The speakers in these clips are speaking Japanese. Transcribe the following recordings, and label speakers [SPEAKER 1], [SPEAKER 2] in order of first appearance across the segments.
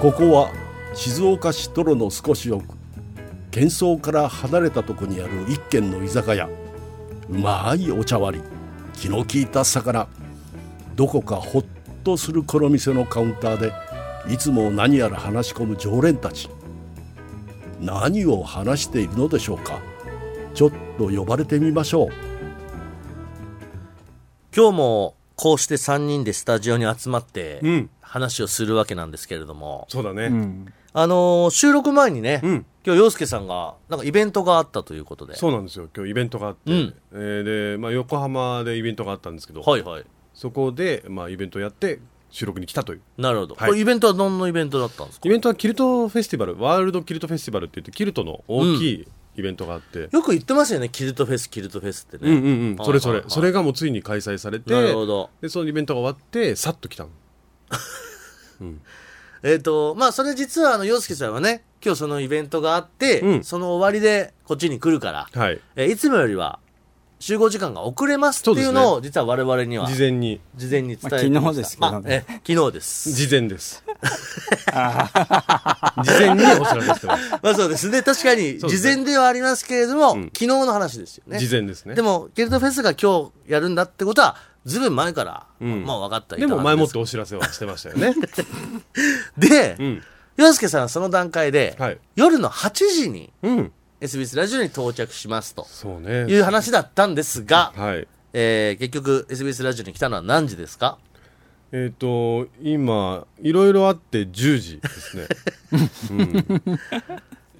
[SPEAKER 1] ここは静岡市泥の少し奥喧騒から離れたとこにある一軒の居酒屋うまいお茶割り気の利いた魚どこかほっとするこの店のカウンターでいつも何やら話し込む常連たち何を話しているのでしょうかちょっと呼ばれてみましょう
[SPEAKER 2] 今日もこうして3人でスタジオに集まって
[SPEAKER 3] うん
[SPEAKER 2] 話をするわけなんですけれども、
[SPEAKER 3] そうだね、
[SPEAKER 2] あのー収録前にね、
[SPEAKER 3] うん
[SPEAKER 2] 今日洋介さんがなんかイベントがあったということで
[SPEAKER 3] そうなんですよ今日イベントがあって、
[SPEAKER 2] うん
[SPEAKER 3] えーで、まあ、横浜でイベントがあったんですけど、
[SPEAKER 2] はいはい
[SPEAKER 3] そこで、まあ、イベントやって収録に来たという
[SPEAKER 2] なるほど、
[SPEAKER 3] はい
[SPEAKER 2] これイベントは何のイベントだったんですか
[SPEAKER 3] イベントはキルトフェスティバルワールドキルトフェスティバルって言ってキルトの大きいイベントがあって、
[SPEAKER 2] よく言ってますよねキルトフェスキルトフェスってね、
[SPEAKER 3] うんうんうんそれそれ、
[SPEAKER 2] はいはいはい
[SPEAKER 3] それがもうついに開催されて
[SPEAKER 2] なるほど
[SPEAKER 3] でそのイベントが終わってさっと来たの
[SPEAKER 2] えっ、とまあそれ実はあの洋介さんはね今日そのイベントがあって、
[SPEAKER 3] うん
[SPEAKER 2] その終わりでこっちに来るから、
[SPEAKER 3] はい
[SPEAKER 2] えーいつもよりは集合時間が遅れますっていうのを実は我々には
[SPEAKER 3] 事
[SPEAKER 2] 事
[SPEAKER 3] 前に
[SPEAKER 2] 前に伝えて
[SPEAKER 4] まあ
[SPEAKER 2] ま
[SPEAKER 4] 昨日です
[SPEAKER 2] し
[SPEAKER 4] け
[SPEAKER 2] た
[SPEAKER 4] ど
[SPEAKER 2] まあ
[SPEAKER 4] ね
[SPEAKER 2] えー昨日です
[SPEAKER 3] 事前です事前にお知らせしてます
[SPEAKER 2] まあそうですね。確かに、
[SPEAKER 3] そうで
[SPEAKER 2] 事
[SPEAKER 3] すね
[SPEAKER 2] 前ではありますけれども、
[SPEAKER 3] うん
[SPEAKER 2] 昨日の話ですよね。
[SPEAKER 3] 事前ですね
[SPEAKER 2] でも、ゲルトフェスが今日やるんだってことは、ずいぶん前から、
[SPEAKER 3] うん
[SPEAKER 2] まあ分かったり。
[SPEAKER 3] でも前もっててお知らせはしてましたよね
[SPEAKER 2] で
[SPEAKER 3] う、ん
[SPEAKER 2] 洋介さんはその段階で、
[SPEAKER 3] はい
[SPEAKER 2] 夜の8時に
[SPEAKER 3] うん
[SPEAKER 2] SBS ラジオに到着しますと
[SPEAKER 3] そう
[SPEAKER 2] い
[SPEAKER 3] ね
[SPEAKER 2] う話だったんですが、
[SPEAKER 3] はい
[SPEAKER 2] えー結局 SBS ラジオに来たのは何時ですか
[SPEAKER 3] えっ、と今いろいろあって10時です ねうん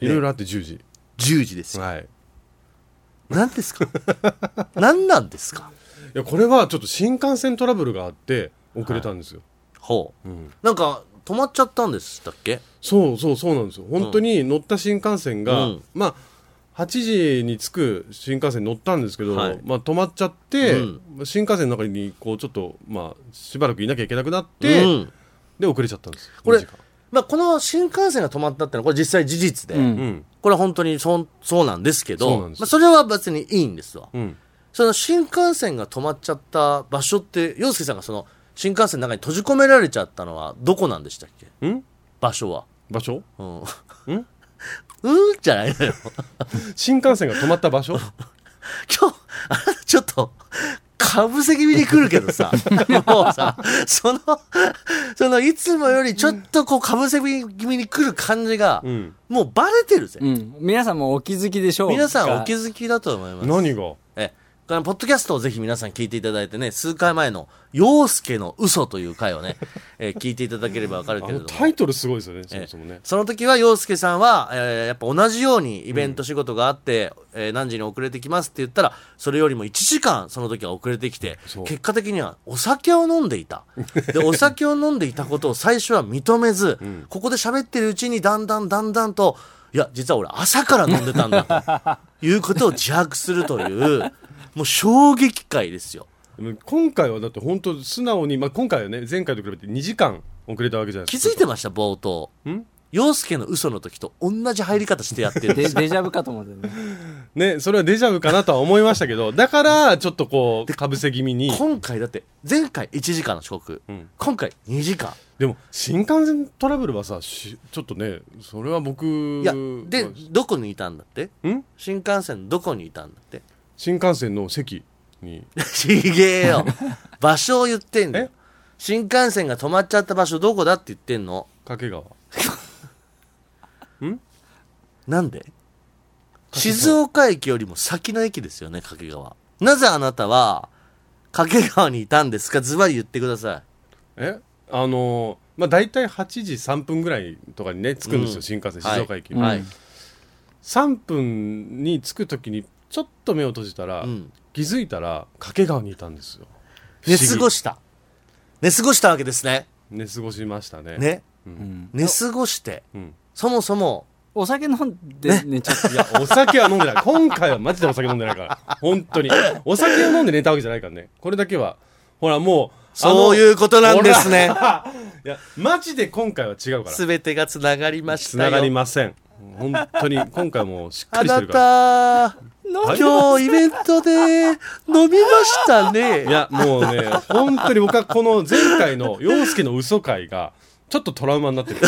[SPEAKER 3] いろいろあって10時
[SPEAKER 2] ?10 時ですよ。
[SPEAKER 3] はい
[SPEAKER 2] 何ですか何なんですか
[SPEAKER 3] いやこれはちょっと新幹線トラブルがあって遅れたんですよ、
[SPEAKER 2] ほう。
[SPEAKER 3] うん
[SPEAKER 2] なんか、止まっちゃったんでしたっけ
[SPEAKER 3] そうそうそうなんですよ本当に乗った新幹線が、
[SPEAKER 2] うん
[SPEAKER 3] まあ8時に着く新幹線に乗ったんですけど、
[SPEAKER 2] はい
[SPEAKER 3] まあ、止まっちゃって、
[SPEAKER 2] う
[SPEAKER 3] 新幹線の中にこうちょっと、まあ、しばらくいなきゃいけなくなって、
[SPEAKER 2] うん
[SPEAKER 3] で遅れちゃったんです
[SPEAKER 2] これ
[SPEAKER 3] 2時間
[SPEAKER 2] まあ、この新幹線が止まったってのは、これ実際事実で、
[SPEAKER 4] うん
[SPEAKER 3] うん
[SPEAKER 2] これは本当にそうそうなんですけ
[SPEAKER 3] そ
[SPEAKER 2] ど、
[SPEAKER 3] うな
[SPEAKER 2] ま
[SPEAKER 3] んですよ
[SPEAKER 2] あ、それは別にいいんですわ。
[SPEAKER 3] うん
[SPEAKER 2] その新幹線が止まっちゃった場所って、洋介さんがその新幹線の中に閉じ込められちゃったのはどこなんでしたっけ
[SPEAKER 3] ん
[SPEAKER 2] 場所は。
[SPEAKER 3] 場所
[SPEAKER 2] うん。
[SPEAKER 3] ん
[SPEAKER 2] うんじゃないのよ。
[SPEAKER 3] 新幹線が止まった 場所
[SPEAKER 2] 今日、あなたちょっと、株ぶせ気味に来るけど さ、もうさ、その、その、いつもよりちょっとこう、かぶせ気味に来る感じが、
[SPEAKER 3] うん
[SPEAKER 2] もうバレてるぜ。
[SPEAKER 4] うん、皆さんもお気づきでしょう
[SPEAKER 2] 皆さんお気
[SPEAKER 4] づ
[SPEAKER 2] づきだと思います。
[SPEAKER 3] 何が
[SPEAKER 2] えこのポッドキャストをぜひ皆さん聞いていただいてね、数回前の、陽介の嘘という回をね、 えー聞いていただければわかるけ
[SPEAKER 3] あ
[SPEAKER 2] れ
[SPEAKER 3] の
[SPEAKER 2] ども。
[SPEAKER 3] タイトルすごいですよねそ
[SPEAKER 2] え
[SPEAKER 3] もそもね
[SPEAKER 2] その時は陽介さんは、えーやっぱ同じようにイベント仕事があって、えー何時に遅れてきますって言ったら、それよりも1時間その時は遅れてきて
[SPEAKER 3] そ、う
[SPEAKER 2] 結果的にはお酒を飲んでいた。 で、お酒を飲んでいたことを最初は認めず、ここで喋ってるうちにだんだんだんだんと、いや、実は俺朝から飲んでたんだ ということを自白するという、もう衝撃回ですよ。
[SPEAKER 3] でも今回はだって本当素直に、まあ、今回はね前回と比べて2時間遅れたわけじゃない
[SPEAKER 2] 気
[SPEAKER 3] です
[SPEAKER 2] づいてました、冒頭。陽介の嘘の時と同じ入り方してやってるんです
[SPEAKER 4] デデジャブかと思ってね。
[SPEAKER 3] かねそれはデジャブかなとは思いましたけど だからちょっとこうかぶせ気味に
[SPEAKER 2] 今回だって前回1時間の遅刻、
[SPEAKER 3] ん
[SPEAKER 2] 今回2時間
[SPEAKER 3] でも新幹線トラブルはさしちょっとねそれは僕
[SPEAKER 2] いやでどこにいたんだって
[SPEAKER 3] ん
[SPEAKER 2] 新幹線どこにいたんだって
[SPEAKER 3] 新幹線の席に
[SPEAKER 2] ちげえ よ場所を言ってんだよ
[SPEAKER 3] え
[SPEAKER 2] 新幹線が止まっちゃった場所どこだって言ってんの
[SPEAKER 3] 掛川
[SPEAKER 2] なんで静岡駅よりも先の駅ですよね掛川なぜあなたは掛川にいたんですかズバリ言ってくださ
[SPEAKER 3] えあのーまあ大体8時3分ぐらいとかにね着くんですよ、
[SPEAKER 2] うん
[SPEAKER 3] 新幹線
[SPEAKER 2] はい
[SPEAKER 3] 静岡駅
[SPEAKER 2] い、
[SPEAKER 3] に、
[SPEAKER 2] はい、
[SPEAKER 3] 3分に着く時にちょっと目を閉じたら、
[SPEAKER 2] うん
[SPEAKER 3] 気づいたら掛川にいたんですよ
[SPEAKER 2] 寝過ご
[SPEAKER 3] し
[SPEAKER 2] した寝過ごしたわけですね
[SPEAKER 3] 寝過ごしましたね
[SPEAKER 2] ね
[SPEAKER 4] うん
[SPEAKER 2] 寝過ごして
[SPEAKER 3] うん、
[SPEAKER 2] そもそも
[SPEAKER 4] お酒飲んで寝ちゃった。
[SPEAKER 3] いやお酒は飲んでない 今回はマジでお酒飲んでないから本当にお酒を飲んで寝たわけじゃないからねこれだけはほらもう
[SPEAKER 2] そういううことなんですね。
[SPEAKER 3] いやマジで今回は違うから
[SPEAKER 2] すべてがつながりまし
[SPEAKER 3] つ
[SPEAKER 2] た
[SPEAKER 3] な
[SPEAKER 2] よ。
[SPEAKER 3] がりません本当に今回はもうしっか
[SPEAKER 2] あ
[SPEAKER 3] りし
[SPEAKER 2] な
[SPEAKER 3] てるから
[SPEAKER 2] た、
[SPEAKER 3] はい
[SPEAKER 2] 今日イベントで飲みましたね。
[SPEAKER 3] いやもうね本当に僕はこの前回の陽介の嘘会がちょっとトラウマになってる
[SPEAKER 2] で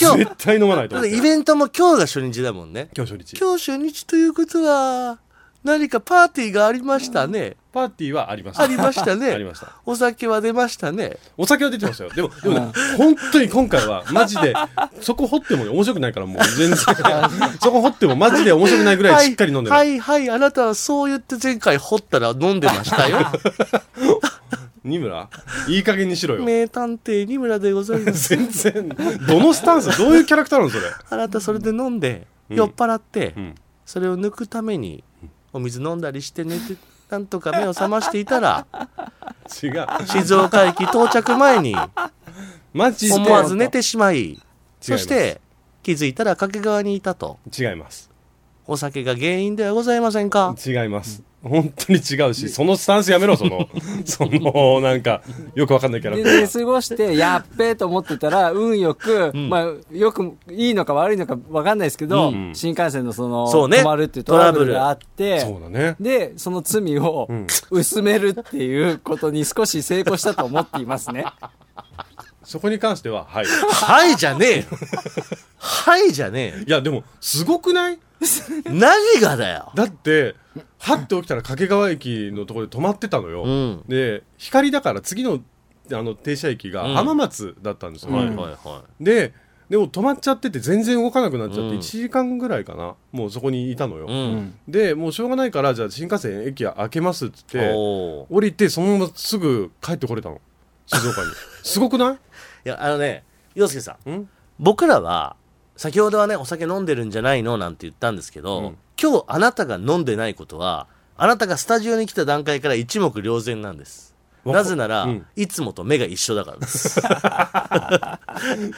[SPEAKER 2] 今日
[SPEAKER 3] 絶対飲まないと
[SPEAKER 2] だっ
[SPEAKER 3] 思って
[SPEAKER 2] イ
[SPEAKER 3] て
[SPEAKER 2] ベントも今日が初日だもんね
[SPEAKER 3] 今日初日
[SPEAKER 2] 今日初日ということは何かパーティーがありましたね
[SPEAKER 3] パーティーはありました
[SPEAKER 2] ありました
[SPEAKER 3] あり
[SPEAKER 2] ね
[SPEAKER 3] ました
[SPEAKER 2] お酒は出ましたね
[SPEAKER 3] お酒は出てましたよでもでも、本当に今回はマジ でそこ掘っても面白くないからもう全然そこ掘ってもマジで面白くないぐらいしっかり飲んでる、
[SPEAKER 2] はいはいはいあなたはそう言って前回掘ったら飲んでま したよ
[SPEAKER 3] 二村いい加減にしろよ
[SPEAKER 2] 名探偵二村でございます
[SPEAKER 3] 全然どのスタンスどういうキャラクターなのそれ
[SPEAKER 2] あなたそれで飲んで、
[SPEAKER 3] うん
[SPEAKER 2] 酔っ払って、
[SPEAKER 3] うん
[SPEAKER 2] それを抜くためにお水飲んだりして寝てなんとか目を覚ましていたら
[SPEAKER 3] 違う
[SPEAKER 2] 静岡駅到着前に
[SPEAKER 3] マジで
[SPEAKER 2] 思わず寝てしまい
[SPEAKER 3] す
[SPEAKER 2] そして気づいたら掛川にいたと
[SPEAKER 3] 違います
[SPEAKER 2] お酒が原因ではございませんか
[SPEAKER 3] 違います本当に違うしそのスタンスやめろそ のそのなんかよくわかんないキャラクタ
[SPEAKER 4] で、
[SPEAKER 3] ー
[SPEAKER 4] 過ごして、やっべえと思ってたら、運よく、
[SPEAKER 2] ん
[SPEAKER 4] まあ、よく、いいのか悪いのかわかんないですけど、
[SPEAKER 3] うんうん
[SPEAKER 4] 新幹線のその、
[SPEAKER 2] そうね
[SPEAKER 4] 止まるっていうトラブルがあっ
[SPEAKER 3] そう
[SPEAKER 4] て、
[SPEAKER 3] だね
[SPEAKER 4] で、その罪を
[SPEAKER 3] ん
[SPEAKER 4] 薄めるっていうことに少し成功したと思っていますね。
[SPEAKER 3] そこに関してははい
[SPEAKER 2] はいじゃねえよはいじゃねえよ
[SPEAKER 3] いやでもすごくない
[SPEAKER 2] 何がだよ
[SPEAKER 3] だってはって起きたら掛川駅のところで止まってたのよ、
[SPEAKER 2] うん
[SPEAKER 3] で光だから次のあの停車駅が
[SPEAKER 2] うん
[SPEAKER 3] 浜松だったんですよ、
[SPEAKER 2] はいはいは
[SPEAKER 3] ででも止まっちゃってて全然動かなくなっちゃっ
[SPEAKER 2] うん
[SPEAKER 3] て1時間ぐらいかな、もうそこにいたのよ、
[SPEAKER 2] いうん
[SPEAKER 3] でもうしょうがないからじゃあ新幹線駅開けますっつって
[SPEAKER 2] おー
[SPEAKER 3] 降りてそのまますぐ帰ってこれたの静岡にすご くない
[SPEAKER 2] いやあのね洋介さん
[SPEAKER 3] うん
[SPEAKER 2] 僕らは先ほどはねお酒飲んでるんじゃないのなんて言ったんですけど、
[SPEAKER 3] うん
[SPEAKER 2] 今日あなたが飲んでないことはあなたがスタジオに来た段階から一目瞭然なんです
[SPEAKER 3] わ
[SPEAKER 2] なぜなら、
[SPEAKER 3] うん
[SPEAKER 2] いつもと目が一緒だからです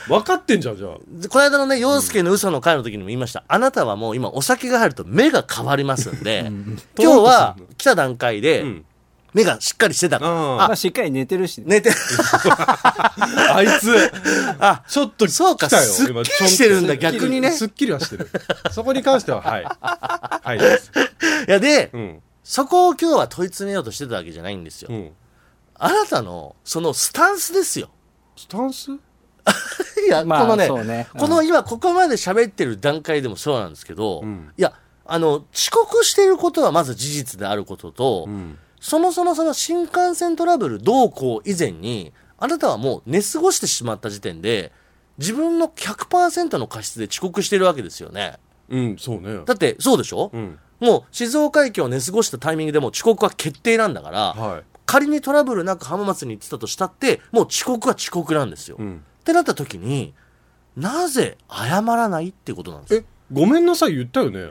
[SPEAKER 3] 分かってんじゃんじゃあ
[SPEAKER 2] でこの間のね陽介の嘘の回の時にも言いました、あなたはもう今お酒が入ると目が変わりますんで 今日は来た段階
[SPEAKER 3] う
[SPEAKER 2] で
[SPEAKER 3] ん
[SPEAKER 2] 目がしっかりしてたから、
[SPEAKER 3] あ
[SPEAKER 4] まあ、しっかり寝てるしね。
[SPEAKER 2] 寝て
[SPEAKER 3] ああいつ
[SPEAKER 2] あ
[SPEAKER 3] ちょっと
[SPEAKER 2] そうか
[SPEAKER 3] 来たよ
[SPEAKER 2] すっきり
[SPEAKER 3] 今ちょんと
[SPEAKER 2] してるんだ逆にね
[SPEAKER 3] すっきりはしてるそこに関してははいはいです
[SPEAKER 2] いやで、
[SPEAKER 3] うん
[SPEAKER 2] そこを今日は問い詰めようとしてたわけじゃないんですよ、
[SPEAKER 3] うん
[SPEAKER 2] あなたのそのスタンスですよ
[SPEAKER 3] スタンス
[SPEAKER 2] いや、
[SPEAKER 4] まあ
[SPEAKER 2] このね
[SPEAKER 4] そうねうん
[SPEAKER 2] この今ここまで喋ってる段階でもそうなんですけど、
[SPEAKER 3] うん
[SPEAKER 2] いやあの遅刻してることはまず事実であることと、
[SPEAKER 3] ん
[SPEAKER 2] そもそもその新幹線トラブルどうこう以前にあなたはもう寝過ごしてしまった時点で自分の100%の過失で遅刻してるわけですよね
[SPEAKER 3] うんそうね
[SPEAKER 2] だってそうでしょ、
[SPEAKER 3] うん
[SPEAKER 2] もう静岡駅を寝過ごしたタイミングでもう遅刻は決定なんだから、
[SPEAKER 3] は
[SPEAKER 2] 仮にトラブルなく浜松に行ってたとしたってもう遅刻は遅刻なんですよ、
[SPEAKER 3] いうん
[SPEAKER 2] ってなった時になぜ謝らないってことなんですよ
[SPEAKER 3] えごめんなさい言ったよね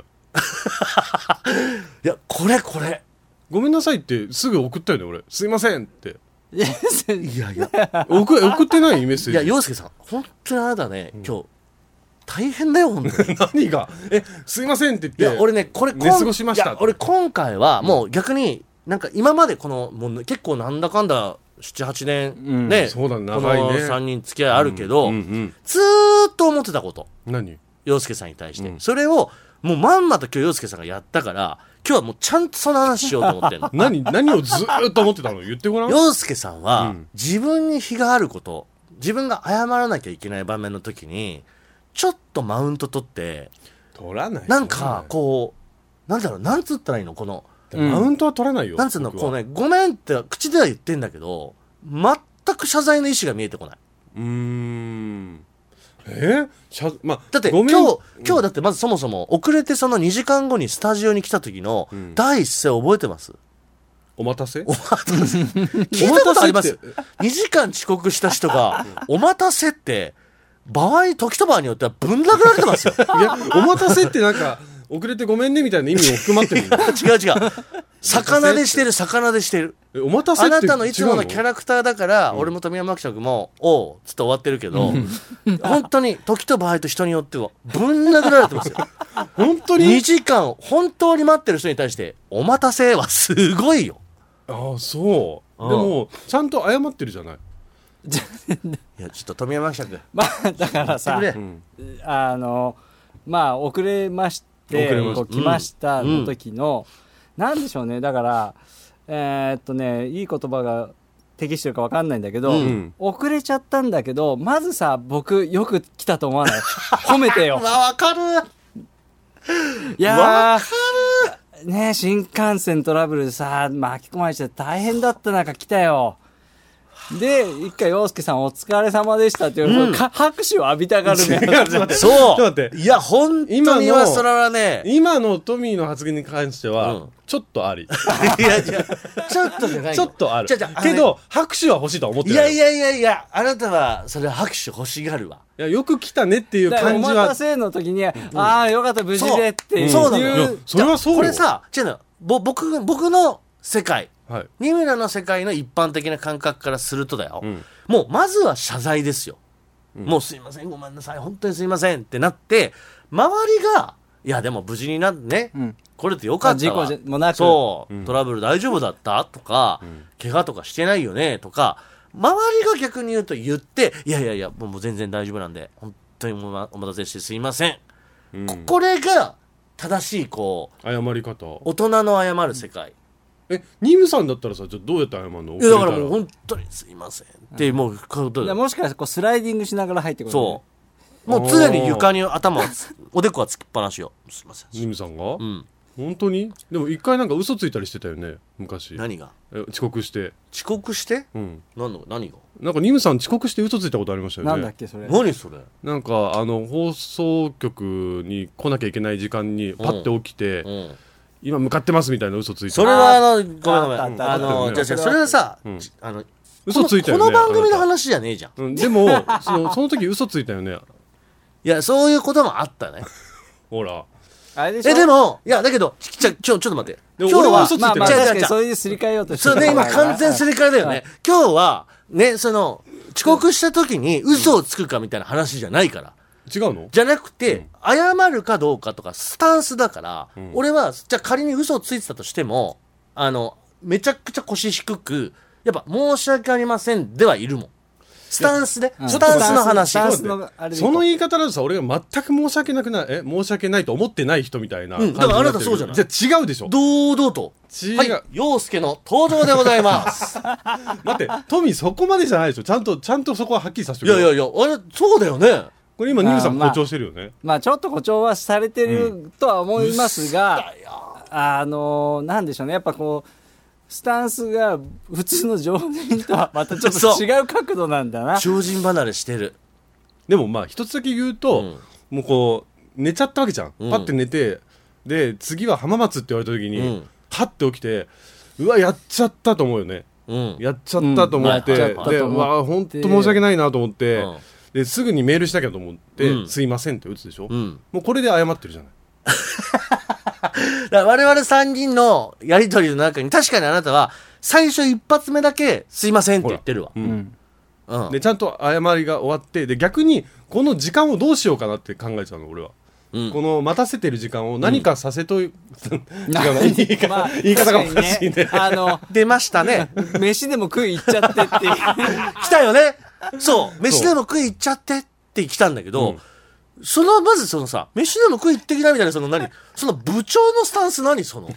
[SPEAKER 2] いやこれこれ
[SPEAKER 3] ごめんなさいってすぐ送ったよね俺すいませんって
[SPEAKER 4] いやそ
[SPEAKER 2] いやいや
[SPEAKER 3] 送送ってないメッセ
[SPEAKER 2] い
[SPEAKER 3] ー
[SPEAKER 2] や
[SPEAKER 3] ジ
[SPEAKER 2] 洋介さん本当にあなたね、今日大変だよ本当に
[SPEAKER 3] 何がえすいませんって
[SPEAKER 2] い
[SPEAKER 3] 言って
[SPEAKER 2] や俺ねこれ
[SPEAKER 3] 寝過ごしました
[SPEAKER 2] いや俺今回はもう逆になんか今までこのもうね結構なんだかんだ78年、
[SPEAKER 4] うん
[SPEAKER 2] ね
[SPEAKER 3] そうだね
[SPEAKER 2] この
[SPEAKER 3] 長いね
[SPEAKER 2] 3人付き合いあるけど、
[SPEAKER 3] うんうん
[SPEAKER 2] ずーっと思ってたこと
[SPEAKER 3] 何
[SPEAKER 2] 洋介さんに対して、
[SPEAKER 3] うん
[SPEAKER 2] それをもうまんまと今日洋介さんがやったから今日はもうちゃんとその話しようと思ってんの
[SPEAKER 3] 何何をずーっと思ってたの言ってごらん
[SPEAKER 2] 洋介さんは、
[SPEAKER 3] うん
[SPEAKER 2] 自分に非があること自分が謝らなきゃいけない場面の時にちょっとマウント取って
[SPEAKER 3] 取らない
[SPEAKER 2] なんかこうなんだろうなんつったらいいのこの
[SPEAKER 4] うん
[SPEAKER 3] マウントは取らないよ
[SPEAKER 2] なんつうの
[SPEAKER 3] 僕
[SPEAKER 2] こ
[SPEAKER 3] は
[SPEAKER 2] うねごめんって口では言ってんだけど全く謝罪の意思が見えてこないう
[SPEAKER 3] ーんえしゃまあ
[SPEAKER 2] だって
[SPEAKER 3] ご
[SPEAKER 2] 今
[SPEAKER 3] めん
[SPEAKER 2] 日今日だってまずそもそも遅れてその2時間後にスタジオに来た時の
[SPEAKER 3] うん
[SPEAKER 2] 第一声覚えて ます、
[SPEAKER 3] お待たせ
[SPEAKER 2] 聞いたことありま
[SPEAKER 3] お
[SPEAKER 2] す
[SPEAKER 3] 待
[SPEAKER 2] 2時間遅刻した人が「お待たせ」って場合時と場合によってはぶん殴られてますよ
[SPEAKER 3] いやお待たせってなんか遅れてごめんねみたいな意味も含まってる の
[SPEAKER 2] 違う違う魚でしてる魚でしてる
[SPEAKER 3] えお待たせ
[SPEAKER 2] あ
[SPEAKER 3] って
[SPEAKER 2] なたのいつものキャ
[SPEAKER 3] ラ
[SPEAKER 2] ラクターだから俺も富山学者君も「おう」つって終わってるけど 本当に時と場合と人によってはぶん殴られて ますよ
[SPEAKER 3] 本当
[SPEAKER 2] 2
[SPEAKER 3] に
[SPEAKER 2] 時間本当に待ってる人に対して「お待たせ」はすごいよ
[SPEAKER 3] ああそう
[SPEAKER 2] うん
[SPEAKER 3] でもちゃんと謝ってるじゃない
[SPEAKER 2] いやちょっと富山学者君
[SPEAKER 4] まあ、だからさ、
[SPEAKER 2] 言ってく
[SPEAKER 3] うん
[SPEAKER 4] あのまあ遅れまして
[SPEAKER 3] 遅れました
[SPEAKER 4] こう来ましたの時の、なんでしょうねだからえーっとねいい言葉が適してるかわかんないんだけど、
[SPEAKER 3] ん
[SPEAKER 4] 遅れちゃったんだけど、まずさ、僕よく来たと思わない。 褒めてよ。
[SPEAKER 2] あ、 わかる。
[SPEAKER 4] いやーねえ新幹線トラブルでさ、巻き込まれちゃって大変だった中来たよ。で、一回、洋介さんお疲れ様でしたって言われて、か拍手を浴びたがる
[SPEAKER 2] そ
[SPEAKER 4] ね。
[SPEAKER 2] う。
[SPEAKER 3] ちょっと待って
[SPEAKER 2] いや、本当
[SPEAKER 3] 今
[SPEAKER 2] に
[SPEAKER 3] の
[SPEAKER 2] はそれはね、
[SPEAKER 3] 今のトミーの発言に関しては、
[SPEAKER 2] うん
[SPEAKER 3] ちょっとあり。
[SPEAKER 2] いや、いや、ちょっとじゃない
[SPEAKER 3] ちょっとある。
[SPEAKER 2] じゃじゃ、
[SPEAKER 3] け
[SPEAKER 2] けど、
[SPEAKER 3] ど、拍手は欲しいとは思って
[SPEAKER 2] い
[SPEAKER 3] ないよ。
[SPEAKER 2] やいやいやいや、あなたは、それは拍手欲しがるわ。
[SPEAKER 3] いやよく来たねっていう
[SPEAKER 4] だから
[SPEAKER 3] 感
[SPEAKER 4] お
[SPEAKER 3] じ
[SPEAKER 4] 待た
[SPEAKER 3] は。
[SPEAKER 4] せの時に、ああ、よかった、無事でっていう。
[SPEAKER 2] そうなの
[SPEAKER 3] いや
[SPEAKER 2] よ。
[SPEAKER 3] それはそうよ
[SPEAKER 2] これさ、違うのよぼ、僕、僕の世界、
[SPEAKER 3] はい。
[SPEAKER 2] 三村の世界の一般的な感覚からするとだよ。
[SPEAKER 3] ん
[SPEAKER 2] もう、まずは謝罪ですよ。もうすいません、ごめんなさい、本当にすいませんってなって、周りが、いや、でも無事になってね、
[SPEAKER 4] うん
[SPEAKER 2] これってよかったわ。
[SPEAKER 4] まあ事故じゃもなく
[SPEAKER 2] そう、
[SPEAKER 3] ん
[SPEAKER 2] トラブル大丈夫だったとか、怪我とかしてないよねとか、周りが逆に言うと言って、いやいやいや、もうもう全然大丈夫なんで、本当にもうお待たせしてすいません。
[SPEAKER 3] うん
[SPEAKER 2] ここれが正しい、こう、
[SPEAKER 3] 謝り方。
[SPEAKER 2] 大人の謝る世界。
[SPEAKER 3] え、ニムさんだったらさ、じゃあどうやって謝るの
[SPEAKER 2] いや、だからもう本当にすいませんって、もう、こういうことだ
[SPEAKER 4] だから
[SPEAKER 2] よ
[SPEAKER 4] もしかしたらこうスライディングしながら入ってくる、
[SPEAKER 2] そう。もう常に床に頭をつ、おでこはつきっぱなしよ。すいません。
[SPEAKER 3] ニムさんが、
[SPEAKER 2] うん。
[SPEAKER 3] 本当にでも一回なんか嘘ついたりしてたよね、昔。
[SPEAKER 2] 何が
[SPEAKER 3] え遅刻して。
[SPEAKER 2] 遅刻して
[SPEAKER 3] うん。
[SPEAKER 2] 何の何が
[SPEAKER 3] なんかニムさん遅刻して嘘ついたことありましたよね。
[SPEAKER 4] なんだっけ、それ。
[SPEAKER 2] 何それ
[SPEAKER 3] なんかあの放送局に来なきゃいけない時間にパッて起きて、
[SPEAKER 2] うん。
[SPEAKER 3] 今向かってますみたいな嘘ついて
[SPEAKER 2] それはあの、ごめんごめ
[SPEAKER 4] あっ
[SPEAKER 2] ん。
[SPEAKER 4] たあ
[SPEAKER 2] あ
[SPEAKER 4] った
[SPEAKER 3] あ
[SPEAKER 2] の、
[SPEAKER 3] った
[SPEAKER 2] じゃあじゃあそれはさ
[SPEAKER 3] うん、
[SPEAKER 2] あの、
[SPEAKER 3] 嘘ついたよね
[SPEAKER 2] このこの番組の
[SPEAKER 3] あな
[SPEAKER 2] 話じゃねえじゃん。
[SPEAKER 3] たうんでもそのその時嘘ついたよね
[SPEAKER 2] いや、そういうこともあったね。
[SPEAKER 3] ほら
[SPEAKER 4] あれでしょ
[SPEAKER 2] え、で、も、いや、だけど、ちちょ、ちょ、ちょっと待って。
[SPEAKER 3] で
[SPEAKER 2] 今
[SPEAKER 3] も
[SPEAKER 2] 日
[SPEAKER 3] 俺は
[SPEAKER 2] は、
[SPEAKER 3] 嘘ついて
[SPEAKER 4] まあ
[SPEAKER 3] る
[SPEAKER 4] まあ、
[SPEAKER 2] 違う違う
[SPEAKER 4] 確か
[SPEAKER 2] 違
[SPEAKER 4] に
[SPEAKER 2] う
[SPEAKER 4] そういうすり替えようとして
[SPEAKER 2] そうね、今完全す
[SPEAKER 4] り
[SPEAKER 2] り替えだよね。今日は、ね、その、遅刻した時に嘘をつくかみたいな話じゃないから。
[SPEAKER 3] 違うの
[SPEAKER 2] じゃなくて、謝るかどうかとか、スタンスだから、俺は、じゃあ仮に嘘をついてたとしても、あの、めちゃくちゃ腰低く、やっぱ、申し訳ありませんではいるもん。スタンスで、
[SPEAKER 4] うん
[SPEAKER 2] スタンスの話。
[SPEAKER 4] スタンス
[SPEAKER 3] ちょっと待って
[SPEAKER 4] あれでいこ
[SPEAKER 3] そうの言い方だとさ俺が全く申し訳なくないえ申し訳ないと思ってない人みたいな
[SPEAKER 2] う
[SPEAKER 3] 感
[SPEAKER 2] ん
[SPEAKER 3] じ
[SPEAKER 2] だからあなた
[SPEAKER 3] にってる
[SPEAKER 2] そうじゃない
[SPEAKER 3] じゃあ違うでしょ
[SPEAKER 2] 堂々と。
[SPEAKER 3] 違う
[SPEAKER 2] はい、陽介の登場でございます。
[SPEAKER 3] 待ってトミーそこまでじゃないでしょちゃんとちゃんとそこははっきりさせて
[SPEAKER 2] い
[SPEAKER 3] くれ
[SPEAKER 2] やいやいや、あれ、そうだよね。
[SPEAKER 3] これ今ニムさん
[SPEAKER 4] まあまあ
[SPEAKER 3] 誇張してるよね、
[SPEAKER 4] まあ、ちょっと誇張はされてるとは思いますが、あのー、なんでしょうね。やっぱこう、スタンスが普通の常 人とはまたちょっ
[SPEAKER 2] そう
[SPEAKER 4] と違う角度なんだな。
[SPEAKER 2] 超人離れしてる。
[SPEAKER 3] でもまあ一つだけ言うと、もうこう寝ちゃったわけじゃん、
[SPEAKER 2] うん
[SPEAKER 3] パッて寝てで次は浜松って言われた時に、
[SPEAKER 2] うん
[SPEAKER 3] パッて起きてうわやっちゃったと思うよね
[SPEAKER 2] うん。
[SPEAKER 3] やっちゃったと思って、
[SPEAKER 2] うんやっ
[SPEAKER 3] で
[SPEAKER 2] ちゃった
[SPEAKER 3] で
[SPEAKER 4] と
[SPEAKER 3] う
[SPEAKER 4] 思って
[SPEAKER 3] わ本当申し訳ないなと思って、
[SPEAKER 2] うん
[SPEAKER 3] ですぐにメールしたけどと思って、
[SPEAKER 2] うん
[SPEAKER 3] すいませんって打つでしょ、
[SPEAKER 2] うん。
[SPEAKER 3] もうこれで謝ってるじゃない
[SPEAKER 2] だから我々三人のやりとりの中に、確かにあなたは、最初一発目だけ、すいませんって言ってるわ。
[SPEAKER 3] う
[SPEAKER 2] うんん。
[SPEAKER 4] うん。
[SPEAKER 2] うん
[SPEAKER 3] で。ちゃんと謝りが終わってで逆にこの時間をどうしようかなって考えちゃうの俺は、
[SPEAKER 2] うん
[SPEAKER 3] この待たせてる時間を何かさせとい、
[SPEAKER 4] な
[SPEAKER 3] 違 うな言 い方
[SPEAKER 4] まあ
[SPEAKER 3] 言い方がおかしいね
[SPEAKER 4] 確かにあ
[SPEAKER 2] 出ましたね。
[SPEAKER 4] の、飯でも食い行っちゃってっていう。
[SPEAKER 2] 来たよね。そう。飯でも食い行っちゃってって来たんだけど、その、まずそのさ、飯でも食い行ってきなみたいな、その何その部長のスタンス何 その。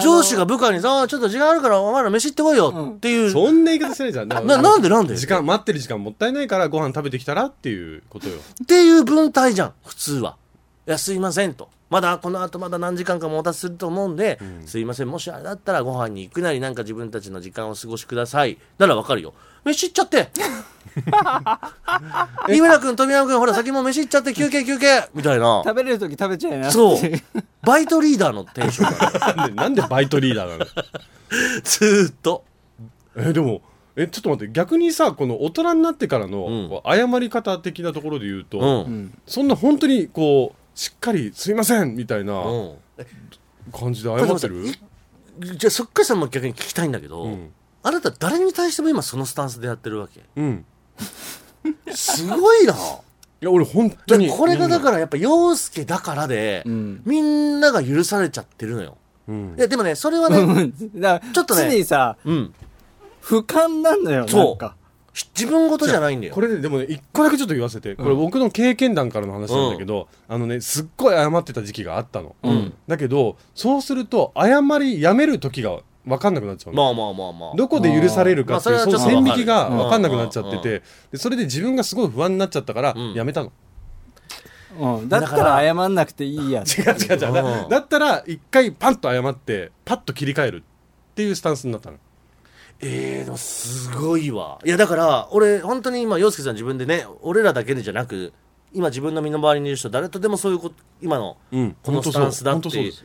[SPEAKER 2] 上司が部下にさ、あーちょっと時間あるから、お前ら飯行ってこいよっていう。
[SPEAKER 3] そんな言い方しないじゃんな
[SPEAKER 2] ななんでなんで
[SPEAKER 3] 時間待ってる時間もったいないからご飯食べてきたらっていうことよ
[SPEAKER 2] っていう文体じゃん普通は「いやすいません」と「まだこの後まだ何時間かもおたせすると思うんで、すいませんもしあれだったらご飯に行くなりなんか自分たちの時間を過ごしください」ならわかるよ飯行っちゃって 三村君富山君ほら先もう飯行っちゃって休憩休憩みたいな
[SPEAKER 4] 食べれる時食べちゃいな。
[SPEAKER 2] そうバイトリーダーのテンションだね
[SPEAKER 3] なんでなんでバイトリーダーなの
[SPEAKER 2] ずーっと
[SPEAKER 3] えでもえちょっと待って逆にさこの大人になってからの、
[SPEAKER 2] うん
[SPEAKER 3] こう謝り方的なところで言うと、
[SPEAKER 2] うん、う
[SPEAKER 4] うんん。
[SPEAKER 3] そんな本当にこうしっかり「すいません」みたいな
[SPEAKER 2] え
[SPEAKER 3] 感じで謝っ
[SPEAKER 2] ご
[SPEAKER 3] てる
[SPEAKER 2] めんなさいいじゃあそっからさもう逆に聞きたいんだけど、
[SPEAKER 3] うん
[SPEAKER 2] あなた誰に対しても今そのスタンスでやってるわけ
[SPEAKER 3] うん
[SPEAKER 2] すごいな
[SPEAKER 3] いや俺本当に
[SPEAKER 2] でこれがだ
[SPEAKER 3] ら、
[SPEAKER 2] からやっぱ陽介だからで、
[SPEAKER 4] うん
[SPEAKER 2] みんなが許されちゃってるのよ。
[SPEAKER 3] うん
[SPEAKER 2] いやでもねそれはね、
[SPEAKER 4] だから、
[SPEAKER 2] ちょっとね
[SPEAKER 4] 常にさ、
[SPEAKER 2] うん、
[SPEAKER 4] 俯瞰なんだよ。
[SPEAKER 2] そう
[SPEAKER 4] なんか。
[SPEAKER 2] 自分事じゃないんだよ。
[SPEAKER 3] これででもね一個だけちょっと言わせてこれ僕の経験談からの話なんだけど、あのねすっごい謝ってた時期があったの、だけどそうすると謝りやめる時が分かんなくなっちゃうの、
[SPEAKER 2] まあまあまあまあ。
[SPEAKER 3] どこで許されるかっていう
[SPEAKER 2] まあ
[SPEAKER 3] そ
[SPEAKER 2] それはち
[SPEAKER 3] の
[SPEAKER 2] ょっと
[SPEAKER 3] 線引きが
[SPEAKER 2] わ
[SPEAKER 3] 分
[SPEAKER 2] か
[SPEAKER 3] か
[SPEAKER 2] る
[SPEAKER 3] んなくなっちゃって
[SPEAKER 2] うん
[SPEAKER 3] てでそれで自分がすごい不安になっちゃったから
[SPEAKER 2] うん
[SPEAKER 3] やめたの、
[SPEAKER 4] うん、だったら謝んなくていいや
[SPEAKER 3] 違う違う違うだだったら一回パンと謝ってパッと切り替えるっていうスタンスになったの
[SPEAKER 2] ええでもすごいわ。いやだから俺本当に今洋介さん自分でね俺らだけでじゃなく今自分の身の回りにいる人誰とでもそういうこと今の
[SPEAKER 3] うん
[SPEAKER 2] このスタンスだって
[SPEAKER 3] 本当そうです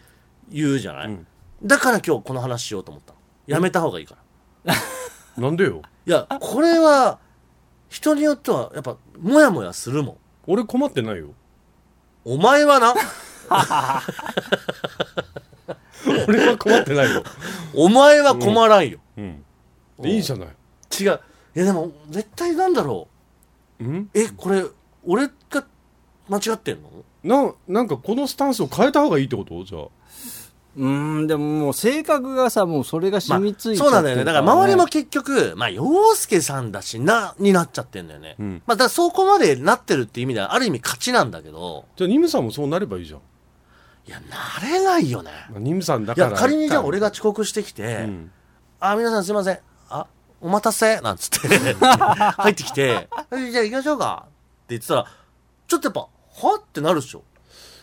[SPEAKER 2] 言うじゃない、
[SPEAKER 3] うん
[SPEAKER 2] だから今日この話しようと思ったのやめた方がいいから、
[SPEAKER 3] なんでよ
[SPEAKER 2] いやこれは人によってはやっぱモヤモヤするもん
[SPEAKER 3] 俺困ってないよ
[SPEAKER 2] お前はな
[SPEAKER 3] 俺は困って ないよ、
[SPEAKER 2] お前は困らんよ、
[SPEAKER 3] うん、でいいじゃない
[SPEAKER 2] 違ういやでも絶対なんだろ
[SPEAKER 3] うん
[SPEAKER 2] うえこれ俺が間違ってんの
[SPEAKER 3] ななんかこのスタンスを変えた方がいいってことじゃあ
[SPEAKER 4] うんでももう性格がさもうそれが染みついちゃ
[SPEAKER 2] そうな
[SPEAKER 4] ってるから、
[SPEAKER 2] んだよねだから周りも結局まあ洋介さんだしなになっちゃってんだよね、
[SPEAKER 3] うん
[SPEAKER 2] まあだからそこまでなってるって意味ではある意味勝ちなんだけど
[SPEAKER 3] じゃあニムさんもそうなればいいじゃん
[SPEAKER 2] いやなれないよね
[SPEAKER 3] まあニムさんだ
[SPEAKER 2] い
[SPEAKER 3] から
[SPEAKER 2] や仮にじゃあ俺が
[SPEAKER 3] ち
[SPEAKER 2] 遅刻してきて「
[SPEAKER 3] うん
[SPEAKER 2] あ皆さんすいませんあお待たせ」なんつ って入ってきて「えじゃあ行きましょうか」って言ってたらちょっとやっぱ「は?」ってなるでしょ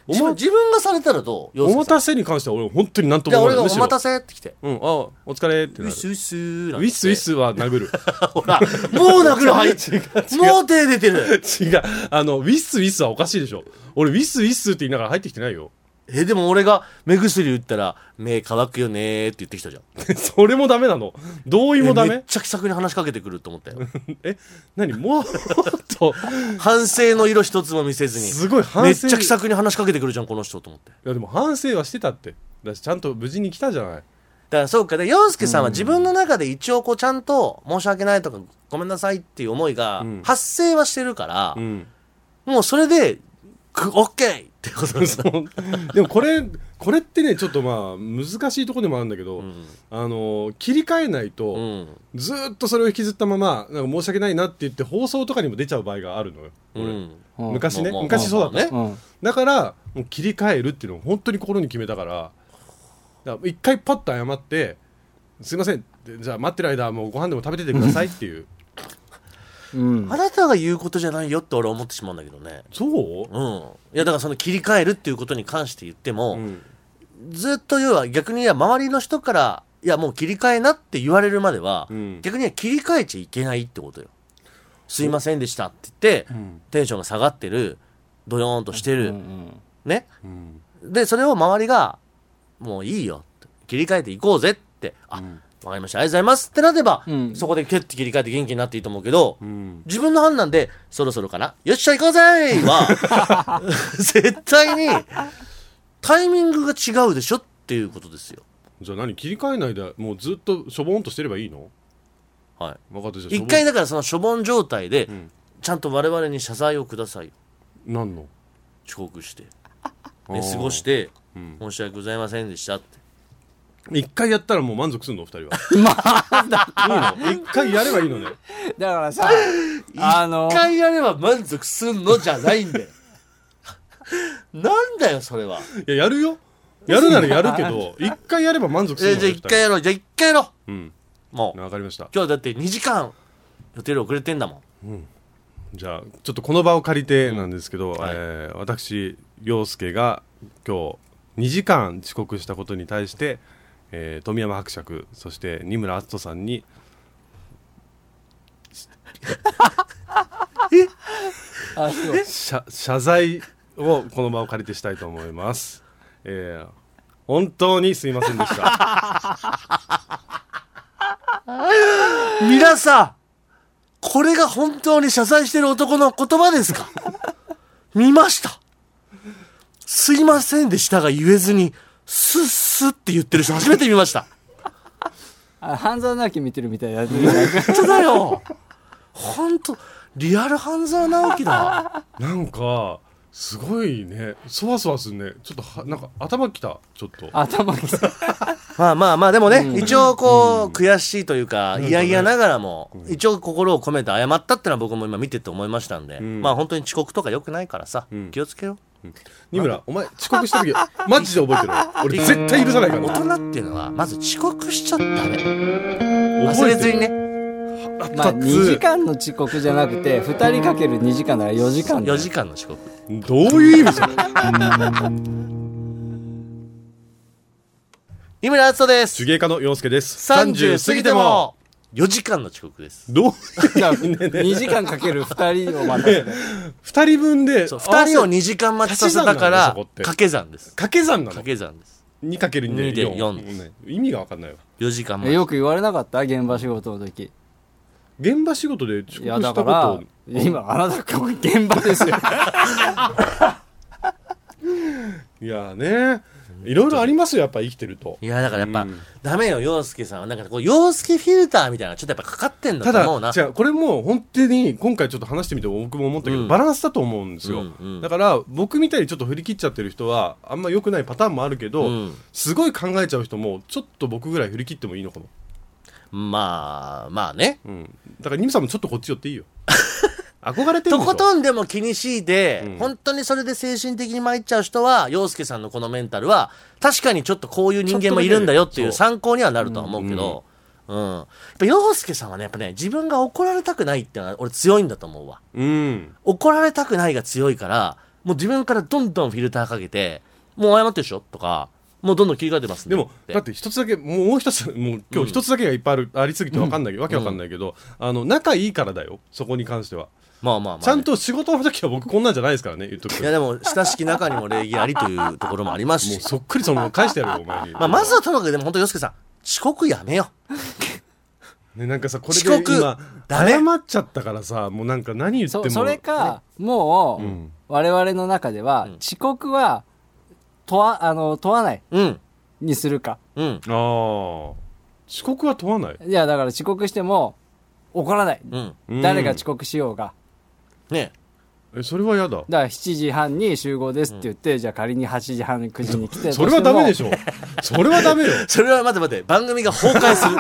[SPEAKER 3] おま
[SPEAKER 2] 自分自分がされたらどう洋
[SPEAKER 3] お
[SPEAKER 2] 介
[SPEAKER 3] 待
[SPEAKER 2] さん
[SPEAKER 3] たせに関しては俺本当になんと
[SPEAKER 2] じ
[SPEAKER 3] も
[SPEAKER 2] ゃあ
[SPEAKER 3] 思
[SPEAKER 2] 俺
[SPEAKER 3] わな
[SPEAKER 2] が「お
[SPEAKER 3] いむしろ
[SPEAKER 2] 待たせ」って来て
[SPEAKER 3] うん、あお疲れっ
[SPEAKER 2] 「
[SPEAKER 3] て
[SPEAKER 2] ウィ
[SPEAKER 3] なる
[SPEAKER 2] スウィス」ウ
[SPEAKER 3] ウィスウィスは殴る
[SPEAKER 2] ほらもう殴る入っ
[SPEAKER 3] 違
[SPEAKER 2] て
[SPEAKER 3] う
[SPEAKER 2] もう手出てる
[SPEAKER 3] 違うあのウィスウィスはおかしいでしょ俺ウィスウィスって言いながら入ってきてないよ
[SPEAKER 2] えでも俺が目薬打ったら「目乾くよね」って言ってきたじゃん
[SPEAKER 3] それもダメなの同意もダ
[SPEAKER 2] えめっ
[SPEAKER 3] メ
[SPEAKER 2] ちゃ気さくに話しかけてくると思ったよ
[SPEAKER 3] え何もうと
[SPEAKER 2] 反省の色一つも見せずに
[SPEAKER 3] すごい反省
[SPEAKER 2] めっちゃ気さくに話しかけてくるじゃんこの人と思って
[SPEAKER 3] いやでも反省はしてたってだしちゃんと無事に来たじゃない
[SPEAKER 2] だからそうかで洋介さんは自分の中で一応こうちゃんと申し訳ないとかごめんなさいっていう思いが
[SPEAKER 3] ん
[SPEAKER 2] 発生はしてるから、
[SPEAKER 3] ん
[SPEAKER 2] もうそれでくオッケーってことなん だ
[SPEAKER 3] でもこれこれってねちょっとまあ難しいところでもあるんだけど、あの切り替えないと、
[SPEAKER 2] うん
[SPEAKER 3] ずーっとそれを引きずったままなんか申し訳ないなって言って放送とかにも出ちゃう場合があるのよ、
[SPEAKER 2] う
[SPEAKER 3] 俺
[SPEAKER 2] ん
[SPEAKER 4] うん
[SPEAKER 3] 昔ね、
[SPEAKER 2] まあまあ
[SPEAKER 3] 昔そうだった、
[SPEAKER 2] まあね
[SPEAKER 4] うん
[SPEAKER 3] だからもう切り替えるっていうのを本当に心に決めたからだから一回パッと謝って「すいませんでじゃあ待ってる間はもうご飯でも食べててください」っ ていう
[SPEAKER 4] うん
[SPEAKER 2] あなたが言うことじゃないよって俺は思ってしまうんだけどね
[SPEAKER 3] そう
[SPEAKER 2] うんいやだからその切り替えるっていうことに関して言っても、
[SPEAKER 3] ん
[SPEAKER 2] ずっと要は逆に言えば周りの人からいやもう切り替えなって言われるまでは、
[SPEAKER 3] うん
[SPEAKER 2] 逆には切り替えちゃいけないってことよすいませんでしたって言って、テンションが下がってるドヨーンとしてる、
[SPEAKER 4] うん
[SPEAKER 2] ね
[SPEAKER 3] うん
[SPEAKER 2] でそれを周りがもういいよって切り替えていこうぜってあ、わかりましたありがとうございますってなれば、
[SPEAKER 4] うん
[SPEAKER 2] そこでキュッて切り替えて元気になっていいと思うけど、
[SPEAKER 3] うん
[SPEAKER 2] 自分の判断で、そろそろかなよっしゃ行こうぜーは、絶対に、タイミングが違うでしょっていうことですよ。
[SPEAKER 3] じゃあ何切り替えないでもうずっとしょぼんとしてればいいの
[SPEAKER 2] は
[SPEAKER 3] 分かったじゃあ
[SPEAKER 2] い。一回
[SPEAKER 3] だ
[SPEAKER 2] だからそのしょぼん状態で
[SPEAKER 3] ん、
[SPEAKER 2] ちゃんと我々に謝罪をくださいよ。
[SPEAKER 3] なんの
[SPEAKER 2] 遅刻して。
[SPEAKER 3] あ
[SPEAKER 2] で、
[SPEAKER 3] ー
[SPEAKER 2] 過ごして、
[SPEAKER 3] ん
[SPEAKER 2] 申し訳ございませんでしたって。
[SPEAKER 3] 一回やったらもう満足するのお二人はいいの一回やればいいのね
[SPEAKER 4] だからさあの
[SPEAKER 2] 一回やれば満足すんのじゃないんだよ。 なんだよ、それは。
[SPEAKER 3] いややるよやるならやるけど一回やれば満足す
[SPEAKER 2] え
[SPEAKER 3] るの
[SPEAKER 2] じゃあ
[SPEAKER 3] よ
[SPEAKER 2] 一回やろう。じゃあ一回やろ
[SPEAKER 3] 二人うん
[SPEAKER 2] う。もう。
[SPEAKER 3] 分かりました
[SPEAKER 2] 今日だって2時間予定より遅れてんだもん。
[SPEAKER 3] じゃあちょっとこの場を借りてなんですけど、
[SPEAKER 2] はい
[SPEAKER 3] えー私陽介が今日2時間遅刻したことに対して、えー富山伯爵そして二村篤人さ んに
[SPEAKER 4] あそう
[SPEAKER 3] 謝謝罪をこの場を借りてしたいと思います、えー本当にすいませんでした
[SPEAKER 2] 皆さん、これが本当に謝罪してる男の言葉です か見ました。すいませんでしたが言えずに、スッスッって言ってる人初めて見ました。
[SPEAKER 4] あ半沢直樹見てるみたいな
[SPEAKER 2] 本当だよ。本当リアル半沢直樹だ。
[SPEAKER 3] なんかすごいねそわそわするねちょっとはなんか頭きたちょっと
[SPEAKER 4] 頭きた
[SPEAKER 2] まあまあまあ、でもね、一応こう、悔しいというか、いやいやながらも、一応心を込めて謝ったってのは僕も今見てて思いましたんで、まあ本当に遅刻とか良くないからさ、気をつけよう。
[SPEAKER 3] 二村お前遅刻 した時マジで覚えてる俺絶対許さないから
[SPEAKER 2] 大人っていうのはまず遅刻しちゃダメ忘
[SPEAKER 3] 覚
[SPEAKER 2] れ
[SPEAKER 3] えて
[SPEAKER 2] ず
[SPEAKER 3] る
[SPEAKER 2] にね
[SPEAKER 4] まあ、2時間の遅刻じゃなくて2人かける2時間なら4時間だ
[SPEAKER 2] 4
[SPEAKER 4] よ
[SPEAKER 2] 時間の遅刻
[SPEAKER 3] どういう意味それ
[SPEAKER 2] 井村敦人です
[SPEAKER 3] 手芸家の洋介です
[SPEAKER 2] 30過ぎても4時間の遅刻です
[SPEAKER 3] どう
[SPEAKER 4] 2時間かける2人をまた
[SPEAKER 3] 二人分で
[SPEAKER 2] そう2人を
[SPEAKER 3] に
[SPEAKER 2] 2時間待ちさせたから
[SPEAKER 3] 足し算なんだそこって
[SPEAKER 2] 掛け算です
[SPEAKER 3] 掛け算なの
[SPEAKER 2] 掛け算です
[SPEAKER 3] 2かける
[SPEAKER 2] 二
[SPEAKER 3] 2
[SPEAKER 2] で
[SPEAKER 3] で
[SPEAKER 2] 四
[SPEAKER 3] 4意味が分かんないわ
[SPEAKER 2] 4時間待
[SPEAKER 4] え
[SPEAKER 2] ち
[SPEAKER 4] よく言われなかった現場仕事の時
[SPEAKER 3] 現場仕事で遅刻
[SPEAKER 4] い
[SPEAKER 3] した
[SPEAKER 4] やだ
[SPEAKER 3] こ
[SPEAKER 4] から
[SPEAKER 3] と
[SPEAKER 4] 今あなたここ現場ですよ
[SPEAKER 3] いやねいろいろありますよやっぱ生きてると
[SPEAKER 2] いやだからやっぱ、
[SPEAKER 3] うん
[SPEAKER 2] ダメよ陽介さんはなんかこう陽介フィルターみたいなのちょっとやっぱかかってんだ
[SPEAKER 3] た
[SPEAKER 2] と思う
[SPEAKER 3] だ
[SPEAKER 2] な
[SPEAKER 3] 違うこれも本当に今回ちょっと話してみて僕も思ったけど、
[SPEAKER 2] うん
[SPEAKER 3] バランスだと思うんですよ、
[SPEAKER 2] うんうん
[SPEAKER 3] だから僕みたいにちょっと振り切っちゃってる人はあんま良くないパターンもあるけど、
[SPEAKER 2] うん
[SPEAKER 3] すごい考えちゃう人もちょっと僕ぐらい振り切ってもいいのかも、
[SPEAKER 2] まあまあね
[SPEAKER 3] うん、だからニムさんもちょっとこっち寄っ ていいよ憧れて
[SPEAKER 2] と
[SPEAKER 3] るでしょ
[SPEAKER 2] ことんでも気にしいで、
[SPEAKER 3] うん
[SPEAKER 2] 本当にそれで精神的に参っちゃう人は陽介さんのこのメンタルは確かにちょっとこういう人間もいるんだよってい
[SPEAKER 3] そうう
[SPEAKER 2] 参考にはなるとは思うけど、うんやっぱ陽介さんはねやっぱね自分が怒られたくないっていうのは俺強いんだと思うわ
[SPEAKER 3] うん
[SPEAKER 2] 怒られたくないが強いからもう自分からどんどんフィルターかけてもう謝ってるでしょとかもうどんどん切り替えてますん
[SPEAKER 3] でも
[SPEAKER 2] って
[SPEAKER 3] だって一つだけもう一つもう今日一つだけがいっぱいある、ありすぎてわかんないわけわかんないけど、あの仲いいからだよそこに関しては、
[SPEAKER 2] まあまあまあね、
[SPEAKER 3] ちゃんと仕事の時は僕こんなんじゃないですからね言っとくけ
[SPEAKER 2] い
[SPEAKER 3] ど
[SPEAKER 2] や
[SPEAKER 3] も
[SPEAKER 2] でも親しき中にも礼儀ありというところもありますし
[SPEAKER 3] うそっくりそのまま返してやるよお前に、
[SPEAKER 2] まあ、まずはとにかくでも本当洋介さん遅刻やめよ
[SPEAKER 3] ね、なんかさこれ
[SPEAKER 2] 遅
[SPEAKER 3] で
[SPEAKER 2] 刻
[SPEAKER 3] 今
[SPEAKER 2] ダメ
[SPEAKER 3] 謝っちゃったからさもうなんか何言って
[SPEAKER 4] そ
[SPEAKER 3] も
[SPEAKER 4] それかもう、
[SPEAKER 3] うん
[SPEAKER 4] 我々の中では、遅刻は問わあの問わない
[SPEAKER 2] うん
[SPEAKER 4] にするか
[SPEAKER 2] うん
[SPEAKER 3] ああ遅刻は問わない
[SPEAKER 4] いやだから遅刻しても怒らない、
[SPEAKER 2] うん
[SPEAKER 3] うん
[SPEAKER 4] 誰が遅刻しようが
[SPEAKER 2] ね
[SPEAKER 3] えそれは嫌だ
[SPEAKER 4] だから7時半に集合ですって言って、じゃあ仮に8時半9時に来てたとして
[SPEAKER 3] そ
[SPEAKER 4] も
[SPEAKER 3] れはダメでしょそれはダ メよ
[SPEAKER 2] それは待て待て番組が崩壊す る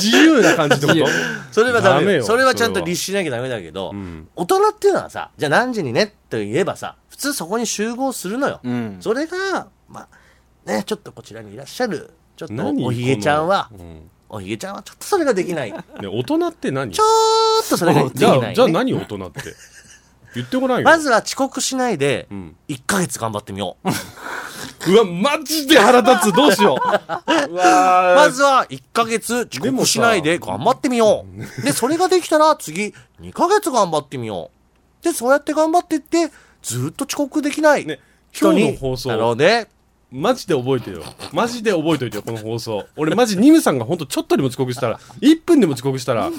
[SPEAKER 3] 自由な感じってこ
[SPEAKER 4] 自
[SPEAKER 3] と
[SPEAKER 4] 由
[SPEAKER 2] それはダメ
[SPEAKER 3] ダメ
[SPEAKER 2] よ
[SPEAKER 3] よ
[SPEAKER 2] それはちゃんと
[SPEAKER 3] それは
[SPEAKER 2] 律しなきゃダメだけど、
[SPEAKER 3] ん
[SPEAKER 2] 大人っていうのはさじゃあ何時にねと言えばさ普通そこに集合するのよ、
[SPEAKER 4] うん
[SPEAKER 2] それがまあねちょっとこちらにいらっしゃるちょっと
[SPEAKER 3] 何
[SPEAKER 2] おひげちゃんは
[SPEAKER 3] このうん
[SPEAKER 2] おひげちゃんはちょっとそれができないちょ
[SPEAKER 3] ね、大人って何じゃ
[SPEAKER 2] っとそれができない、
[SPEAKER 3] あ
[SPEAKER 2] ね、
[SPEAKER 3] じゃあ何大人って言ってこないよ
[SPEAKER 2] まずは遅刻しないで
[SPEAKER 3] うん
[SPEAKER 2] 1ヶ月頑張ってみよう、
[SPEAKER 3] うわマジで腹立つどうし よううわー
[SPEAKER 2] まずは1ヶ月遅刻しないで頑張ってみよう。で、それができたら次2ヶ月頑張ってみよう。で、そうやって頑張ってって、ずっと遅刻できない
[SPEAKER 3] ね
[SPEAKER 2] 人
[SPEAKER 3] 今
[SPEAKER 2] に、
[SPEAKER 3] 日の放送
[SPEAKER 2] だろうね。
[SPEAKER 3] マジで覚えてよ。マジで覚えておいてよ、この放送。俺、マジ、ニムさんがほんとちょっとでも遅刻したら、1分でも遅刻したら、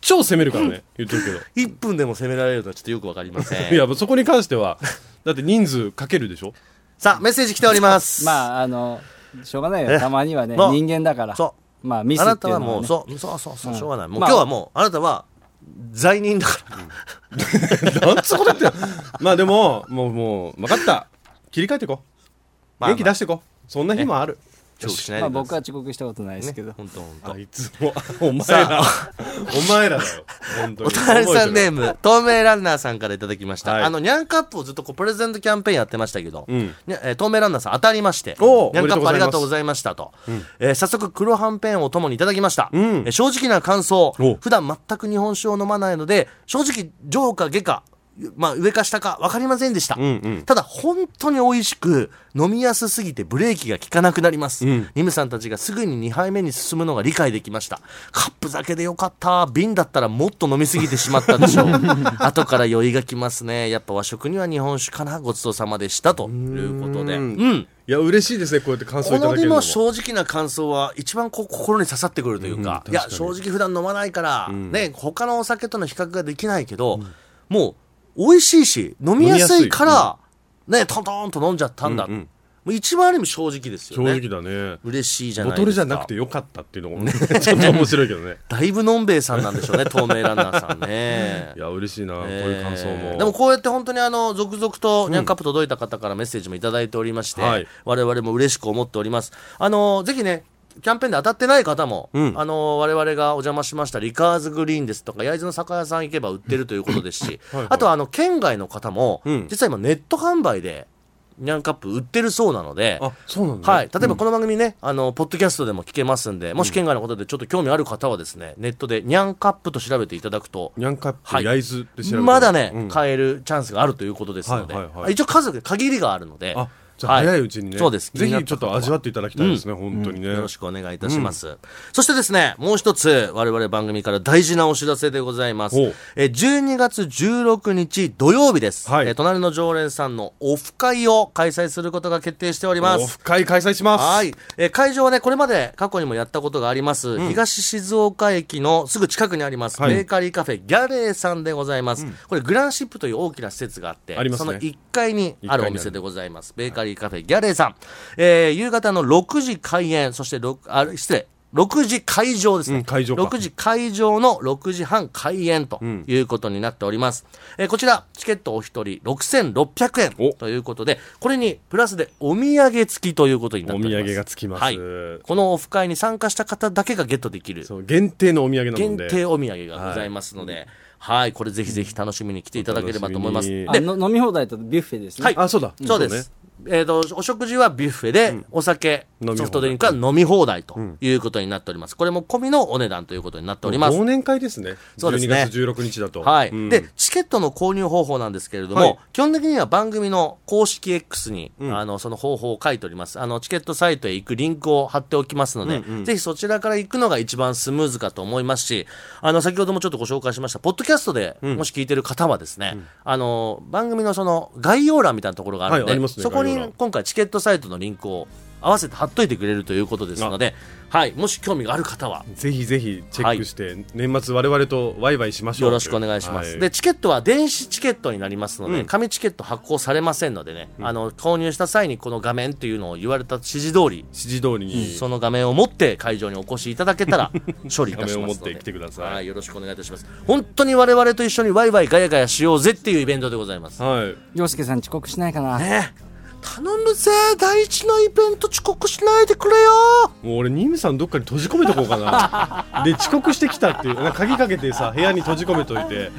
[SPEAKER 3] 超責めるからね、言っとくけど。
[SPEAKER 2] 1分でも責められるのはちょっとよくわかりませ
[SPEAKER 3] い
[SPEAKER 2] ん。
[SPEAKER 3] や、そこに関しては、だって人数かけるでしょ
[SPEAKER 2] さあ、メッセージ来ております。
[SPEAKER 4] まああのしょうがないよたまにはね
[SPEAKER 2] もう
[SPEAKER 4] 人間だから
[SPEAKER 2] そ
[SPEAKER 4] まあミス
[SPEAKER 2] あ
[SPEAKER 4] っ
[SPEAKER 2] な
[SPEAKER 4] て
[SPEAKER 2] た
[SPEAKER 4] いう
[SPEAKER 2] は
[SPEAKER 4] の
[SPEAKER 2] も
[SPEAKER 4] は、
[SPEAKER 2] う、
[SPEAKER 4] ね、
[SPEAKER 2] そう、そうそうそう、
[SPEAKER 4] うん
[SPEAKER 2] しょうがない。もう
[SPEAKER 4] ま
[SPEAKER 2] 今
[SPEAKER 4] あ
[SPEAKER 2] 日はもう、あなたは、罪人だから。
[SPEAKER 3] なんつうこと言ってんのまあでも、もう、もう、分かった。切り替えていこう。
[SPEAKER 2] まあ
[SPEAKER 3] 元気出していこう。そんな日もある。
[SPEAKER 2] 遅刻しない
[SPEAKER 4] まあ、
[SPEAKER 2] でくだ
[SPEAKER 4] 僕
[SPEAKER 2] さ。
[SPEAKER 4] はい遅刻したことないですけど、
[SPEAKER 2] ね、本当本当
[SPEAKER 3] あいつも、お前ら、お前らだよ。本当に。
[SPEAKER 2] お隣さんネー
[SPEAKER 3] ム。
[SPEAKER 2] ム、透明ランナーさんからいただきました。
[SPEAKER 3] はい
[SPEAKER 2] あの、ニャンカップをずっとこうプレゼントキャンペーンやってましたけど、
[SPEAKER 3] うん
[SPEAKER 2] にゃえー透明ランナーさん当たりまして、ニ
[SPEAKER 3] おー
[SPEAKER 2] ャンカップ
[SPEAKER 3] お
[SPEAKER 2] あ
[SPEAKER 3] め
[SPEAKER 2] り
[SPEAKER 3] でと
[SPEAKER 2] が
[SPEAKER 3] う
[SPEAKER 2] とうご
[SPEAKER 3] ご
[SPEAKER 2] ざいましたと。えー早速、黒はんぺんを共にいただきました。
[SPEAKER 3] ん
[SPEAKER 2] えー正直な感想
[SPEAKER 3] お、
[SPEAKER 2] 普段全く日本酒を飲まないので、正直、上か下か、まあ、上か下か分かりませんでした。
[SPEAKER 3] うんうん。
[SPEAKER 2] ただ本当に美味しく飲みやすすぎてブレーキが効かなくなります、
[SPEAKER 3] うん
[SPEAKER 2] ニムさんたちがすぐに2杯目に進むのが理解できましたカップ酒でよかった瓶だったらもっと飲みすぎてしまったでし ょう後から酔いがきますねやっぱ和食には日本酒かなごちそうさまでしたということでうん
[SPEAKER 3] いや、嬉しいですね、こうやって感想
[SPEAKER 2] こ
[SPEAKER 3] いただ
[SPEAKER 2] の
[SPEAKER 3] け
[SPEAKER 2] で
[SPEAKER 3] るの
[SPEAKER 2] も
[SPEAKER 3] も。
[SPEAKER 2] 正直な感想は一番こう心に刺さってくるというか,、いや正直普段飲まないから、ね他のお酒との比較ができないけど、もう美味しいし飲みやすいからねトントンと飲んじゃったんだ、
[SPEAKER 3] うんうん
[SPEAKER 2] もう一番ある意味正直ですよ
[SPEAKER 3] 正
[SPEAKER 2] ね
[SPEAKER 3] 直だね。
[SPEAKER 2] 嬉しいじゃな
[SPEAKER 3] ボ
[SPEAKER 2] いですか
[SPEAKER 3] トルじゃなくてよかったっていうのもね ちょっと面白いけどね。
[SPEAKER 2] だいぶのんべえさんなんでしょうね透明ランナーさんね
[SPEAKER 3] いや、嬉しいな、こう
[SPEAKER 2] えー
[SPEAKER 3] いう感想も。
[SPEAKER 2] でもこうやって本当にあの続々とニャンカップ届いた方からメッセージもいただいておりまして、
[SPEAKER 3] はい
[SPEAKER 2] 我々も嬉しく思っておりますあのぜひねキャンペーンで当たってない方も、
[SPEAKER 3] うん
[SPEAKER 2] あの我々がお邪魔しましたリカーズグリーンですとか焼津の酒屋さん行けば売ってるということですし
[SPEAKER 3] はいはい
[SPEAKER 2] あとはあの県外の方も、
[SPEAKER 3] うん
[SPEAKER 2] 実は今ネット販売でニャンカップ売ってるそうなので。
[SPEAKER 3] あそうなんだ、
[SPEAKER 2] はい、例えばこの番組ね、あのポッドキャストでも聞けますんでもし県外のことでちょっと興味ある方はですねネットで「ニャンカップ」と調べていただくと
[SPEAKER 3] ニャンカップ、
[SPEAKER 2] はい
[SPEAKER 3] 焼津って調べて
[SPEAKER 2] まだね、
[SPEAKER 3] うん
[SPEAKER 2] 買えるチャンスがあるということですので、
[SPEAKER 3] はいはいはい
[SPEAKER 2] 一応家族で限りがあるので
[SPEAKER 3] あじゃあ
[SPEAKER 2] は
[SPEAKER 3] 早いうちにね、
[SPEAKER 2] そうです
[SPEAKER 3] ぜ
[SPEAKER 2] 気にな
[SPEAKER 3] ひ
[SPEAKER 2] っ
[SPEAKER 3] ちょ
[SPEAKER 2] た方
[SPEAKER 3] っと
[SPEAKER 2] は
[SPEAKER 3] 味わっていただきたいですね、本当にね、
[SPEAKER 2] よろしくお願いいたします、そしてですねもう一つ我々番組から大事なお知らせでございます
[SPEAKER 3] ほう
[SPEAKER 2] えー12月16日土曜日です、
[SPEAKER 3] はい
[SPEAKER 2] えー隣の常連さんのオフ会を開催することが決定しておりま
[SPEAKER 3] オ
[SPEAKER 2] す
[SPEAKER 3] フ会開催します
[SPEAKER 2] はい、えー会場はねこれまで過去にもやったことがあります、東静岡駅のすぐ近くにあります、
[SPEAKER 3] はい
[SPEAKER 2] ベーカリーカフェギャレーさんでございます、これグランシップという大きな施設があって
[SPEAKER 3] ありま
[SPEAKER 2] そ
[SPEAKER 3] すね
[SPEAKER 2] の1階にあるお店でございますベーカリーカフェギャレーさん、えー夕方の6時開演そして6あ失礼6時会場ですね、
[SPEAKER 3] うん会場か
[SPEAKER 2] 6時会場の6時半開演ということになっております、えーこちらチケットお一人6600円
[SPEAKER 3] お
[SPEAKER 2] ということでこれにプラスでお土産付きということになっ
[SPEAKER 3] お
[SPEAKER 2] てお
[SPEAKER 3] 土
[SPEAKER 2] ります
[SPEAKER 3] 産がつきます、
[SPEAKER 2] はいこのオフ会に参加した方だけがゲットできる
[SPEAKER 3] そう限定のお土産なの
[SPEAKER 2] 限
[SPEAKER 3] で
[SPEAKER 2] 定お土産がございますので、はい、これぜひぜひ楽しみに来ていただければと思います。
[SPEAKER 3] お楽しみ
[SPEAKER 2] で
[SPEAKER 3] に
[SPEAKER 4] あの飲み放題とビュッフェですね。
[SPEAKER 2] はい
[SPEAKER 3] あそうだ
[SPEAKER 2] そうです。えっ、と、お食事はビュッフェで、お酒、
[SPEAKER 3] 飲み放題
[SPEAKER 2] ソフトドリンクは飲み放題ということになっております。これも込みのお値段ということになっております。
[SPEAKER 3] 忘年会ですね
[SPEAKER 2] そうですね
[SPEAKER 3] 12月16日だと
[SPEAKER 2] はい、
[SPEAKER 3] うん
[SPEAKER 2] で、チケットの購入方法なんですけれども、
[SPEAKER 3] はい
[SPEAKER 2] 基本的には番組の公式 X に、あの、その方法を書いております。あの、チケットサイトへ行くリンクを貼っておきますので、ぜひそちらから行くのが一番スムーズかと思いますし、あの、先ほどもちょっとご紹介しました、ポッドキャストで、もし聞いてる方はですね、あの、番組のその概要欄みたいなところがあるの
[SPEAKER 3] はいあ
[SPEAKER 2] で、
[SPEAKER 3] りますね
[SPEAKER 2] そこ
[SPEAKER 3] 概要欄
[SPEAKER 2] に今回チケットサイトのリンクを合わせて貼っといてくれるということですので、はい、もし興味がある方は、
[SPEAKER 3] ぜひぜひチェックして、年末我々とワイワイしましょ
[SPEAKER 2] よ
[SPEAKER 3] う
[SPEAKER 2] ろしくお願いします、
[SPEAKER 3] はい
[SPEAKER 2] でチケットは電子チケットになりますので、
[SPEAKER 3] うん
[SPEAKER 2] 紙チケット発行されませんのでね、あの購入した際にこの画面っていうのを言われた指示通り
[SPEAKER 3] 指示通りに、
[SPEAKER 2] その画面を持って会場にお越しいただけた ら処理いたし
[SPEAKER 3] 画面を
[SPEAKER 2] ま
[SPEAKER 3] 持
[SPEAKER 2] す
[SPEAKER 3] っ
[SPEAKER 2] ので
[SPEAKER 3] て来てください
[SPEAKER 2] はいよろしくお願いいたします本当に我々と一緒にワイワイガヤガヤしようぜっていうイベントでございます
[SPEAKER 3] はい
[SPEAKER 4] 洋介さん遅刻しないかな。
[SPEAKER 2] ねえ頼むぜ第一のイベント遅刻しないでくれよ
[SPEAKER 3] もう俺ニムさんどっかに閉じ込めとこうか なで遅刻してきたっていうなんか鍵かけてさ部屋に閉じ込めといて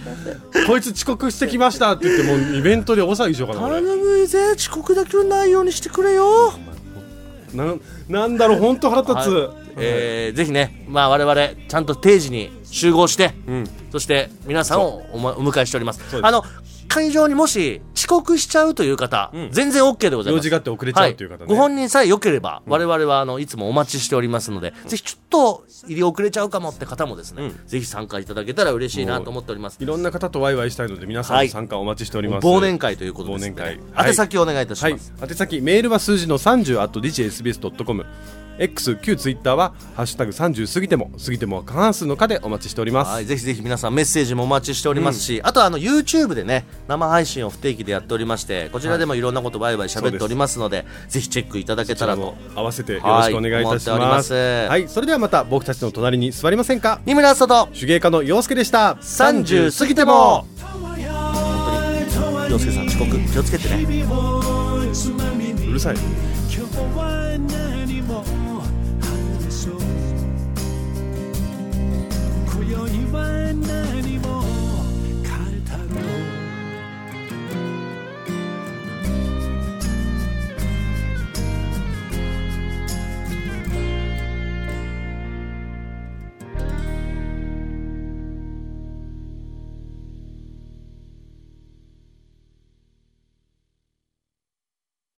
[SPEAKER 3] こいつ遅刻してきましたって言ってもうイベントで大騒ぎしようかな俺
[SPEAKER 2] 頼むぜ遅刻だけはないようにしてくれよ
[SPEAKER 3] なんなんだろう本当腹立つ、
[SPEAKER 2] はいえーぜひね、まあ、我々ちゃんと定時に集合して、
[SPEAKER 3] ん
[SPEAKER 2] そして皆さんをお,、お迎えしております
[SPEAKER 3] そうです
[SPEAKER 2] あの会場にもし遅刻しちゃうという方、
[SPEAKER 3] ん
[SPEAKER 2] 全然 OK でございます
[SPEAKER 3] 用事があって遅れちゃうという方ね
[SPEAKER 2] はご本人さえ良ければ我々はあのいつもお待ちしておりますので、ぜひちょっと入り遅れちゃうかもって方もですね、ぜひ参加いただけたら嬉しいなと思っております
[SPEAKER 3] いろんな方とワイワイしたいので皆さんの参加お待ちしております、
[SPEAKER 2] 忘年会ということですので、
[SPEAKER 3] 忘年会はい
[SPEAKER 2] 宛先をお願いいたします、
[SPEAKER 3] はい、宛先メールは数字の30 at djsbs.com X 旧ツイッターは「ハッシュタグ #30 過ぎても過ぎても過半数の課」でお待ちしております、
[SPEAKER 2] はい、ぜひぜひ皆さんメッセージもお待ちしておりますし、あとはあの YouTube でね生配信を不定期でやっておりましてこちらでもいろんなことバイバイ喋っておりますので,、ぜひチェックいただけたらと
[SPEAKER 3] 合わせてよろしくお願いいたし
[SPEAKER 2] はい思っておりま
[SPEAKER 3] ますす,、はい、それではまた僕たちの隣に座りませんか
[SPEAKER 2] 三村聡と
[SPEAKER 3] 手芸家の陽介でした
[SPEAKER 2] 30過ぎても本当に洋介さん遅刻気をつけてね
[SPEAKER 3] うるさい
[SPEAKER 5] 今日は何も話そう今宵は何